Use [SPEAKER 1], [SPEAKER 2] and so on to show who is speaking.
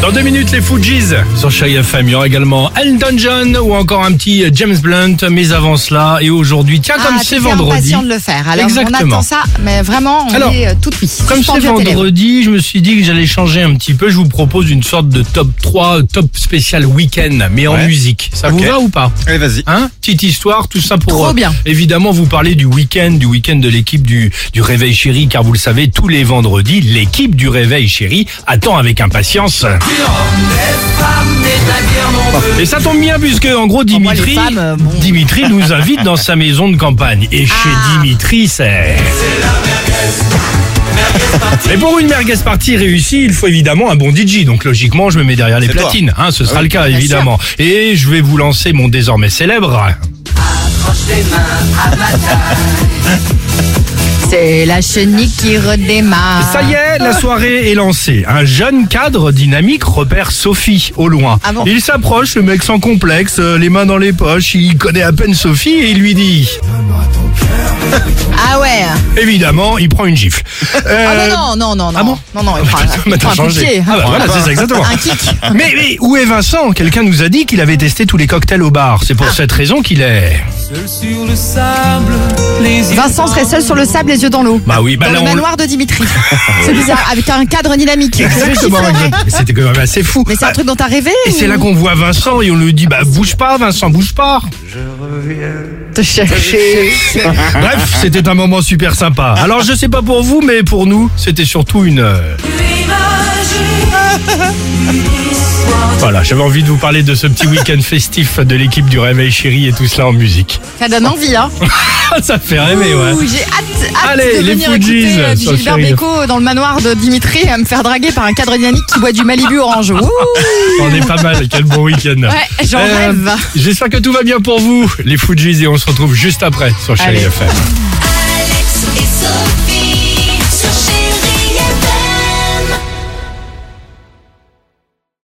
[SPEAKER 1] Dans deux minutes, les Fujis sur Chérie FM. Il y aura également Elton John ou encore un petit James Blunt. Mais avant cela, et aujourd'hui, tiens, comme
[SPEAKER 2] Ah,
[SPEAKER 1] c'est
[SPEAKER 2] t'étais
[SPEAKER 1] vendredi.
[SPEAKER 2] impatient de le faire. Alors
[SPEAKER 1] Exactement.
[SPEAKER 2] on attend ça, mais vraiment, on
[SPEAKER 1] Alors,
[SPEAKER 2] est euh, tout de suite.
[SPEAKER 1] Comme c'est
[SPEAKER 2] suspendu à tes lèvres.
[SPEAKER 1] vendredi, je me suis dit que j'allais changer un petit peu. Je vous propose une sorte de top 3, top spécial week-end, mais en
[SPEAKER 3] Ouais.
[SPEAKER 1] musique. Ça
[SPEAKER 3] Ok.
[SPEAKER 1] vous va ou pas
[SPEAKER 3] Allez, vas-y.
[SPEAKER 1] Hein Petite histoire, tout ça pour
[SPEAKER 2] Trop
[SPEAKER 1] euh,
[SPEAKER 2] bien.
[SPEAKER 1] évidemment vous parler du week-end, du week-end de l'équipe du, du Réveil Chéri, car vous le savez, tous les vendredis, l'équipe du Réveil Chéri attend avec impatience. Et ça tombe bien puisque en gros
[SPEAKER 2] Pour moi, les
[SPEAKER 1] Dimitri,
[SPEAKER 2] femmes, euh, bon.
[SPEAKER 1] Dimitri nous invite dans sa maison de campagne. Et chez
[SPEAKER 2] Ah.
[SPEAKER 1] Dimitri, c'est... Et pour une merguez partie réussie, il faut évidemment un bon DJ. Donc logiquement, je me mets derrière les
[SPEAKER 3] C'est toi.
[SPEAKER 1] platines. Hein, ce sera le cas,
[SPEAKER 2] bien
[SPEAKER 1] évidemment. Et je vais vous lancer mon désormais célèbre.
[SPEAKER 2] C'est la chenille qui redémarre.
[SPEAKER 1] Ça y est, la soirée est lancée. Un jeune cadre dynamique repère Sophie au loin.
[SPEAKER 2] Ah bon
[SPEAKER 1] il s'approche, le mec sans complexe, euh, les mains dans les poches, il connaît à peine Sophie et il lui dit.
[SPEAKER 2] Ah ouais.
[SPEAKER 1] Évidemment, il prend une gifle.
[SPEAKER 2] Ah
[SPEAKER 1] Euh,
[SPEAKER 2] non, non, non, non.
[SPEAKER 1] ah bon
[SPEAKER 2] Non, non, il prend un,
[SPEAKER 1] bah,
[SPEAKER 2] il prend
[SPEAKER 1] t'as
[SPEAKER 2] un coup de
[SPEAKER 1] changé.
[SPEAKER 2] pied. hein.
[SPEAKER 1] Ah bah voilà, c'est ça exactement.
[SPEAKER 2] Un kick.
[SPEAKER 1] Mais, mais où est Vincent Quelqu'un nous a dit qu'il avait testé tous les cocktails au bar. C'est pour
[SPEAKER 2] Ah.
[SPEAKER 1] cette raison qu'il est.
[SPEAKER 4] Seul sur le sable, les yeux
[SPEAKER 2] Vincent serait seul sur le sable, les yeux dans l'eau.
[SPEAKER 1] Bah oui, bah
[SPEAKER 2] dans
[SPEAKER 1] là
[SPEAKER 2] le
[SPEAKER 1] on.
[SPEAKER 2] manoir de Dimitri. c'est bizarre, avec un cadre dynamique.
[SPEAKER 1] Exactement.
[SPEAKER 2] Qui ferait.
[SPEAKER 1] exact- C'était quand même assez fou.
[SPEAKER 2] Mais c'est un truc dont t'as rêvé
[SPEAKER 1] Et c'est là qu'on voit Vincent et on lui dit bah bouge pas Vincent bouge pas.
[SPEAKER 2] te chercher.
[SPEAKER 1] Bref, c'était un moment super sympa. Alors je sais pas pour vous, mais pour nous, c'était surtout une. euh, Voilà, j'avais envie de vous parler de ce petit week-end festif de l'équipe du Réveil Chéri et tout cela en musique.
[SPEAKER 2] Ça donne envie, hein.
[SPEAKER 1] Ça fait rêver, ouais.
[SPEAKER 2] Ouh, J'ai hâte, hâte
[SPEAKER 1] Allez,
[SPEAKER 2] de
[SPEAKER 1] les
[SPEAKER 2] venir
[SPEAKER 1] Fugees
[SPEAKER 2] écouter euh, du
[SPEAKER 1] sur
[SPEAKER 2] Gilbert
[SPEAKER 1] Chérie.
[SPEAKER 2] Bécaud dans le manoir de Dimitri à me faire draguer par un cadre dynamique qui boit du Malibu orange. Ouh,
[SPEAKER 1] On est pas mal, quel bon week-end.
[SPEAKER 2] ouais, j'en
[SPEAKER 1] Euh,
[SPEAKER 2] rêve.
[SPEAKER 1] J'espère que tout va bien pour vous, les Fujis, et on se retrouve juste après sur Chéri
[SPEAKER 2] Allez.
[SPEAKER 1] FM.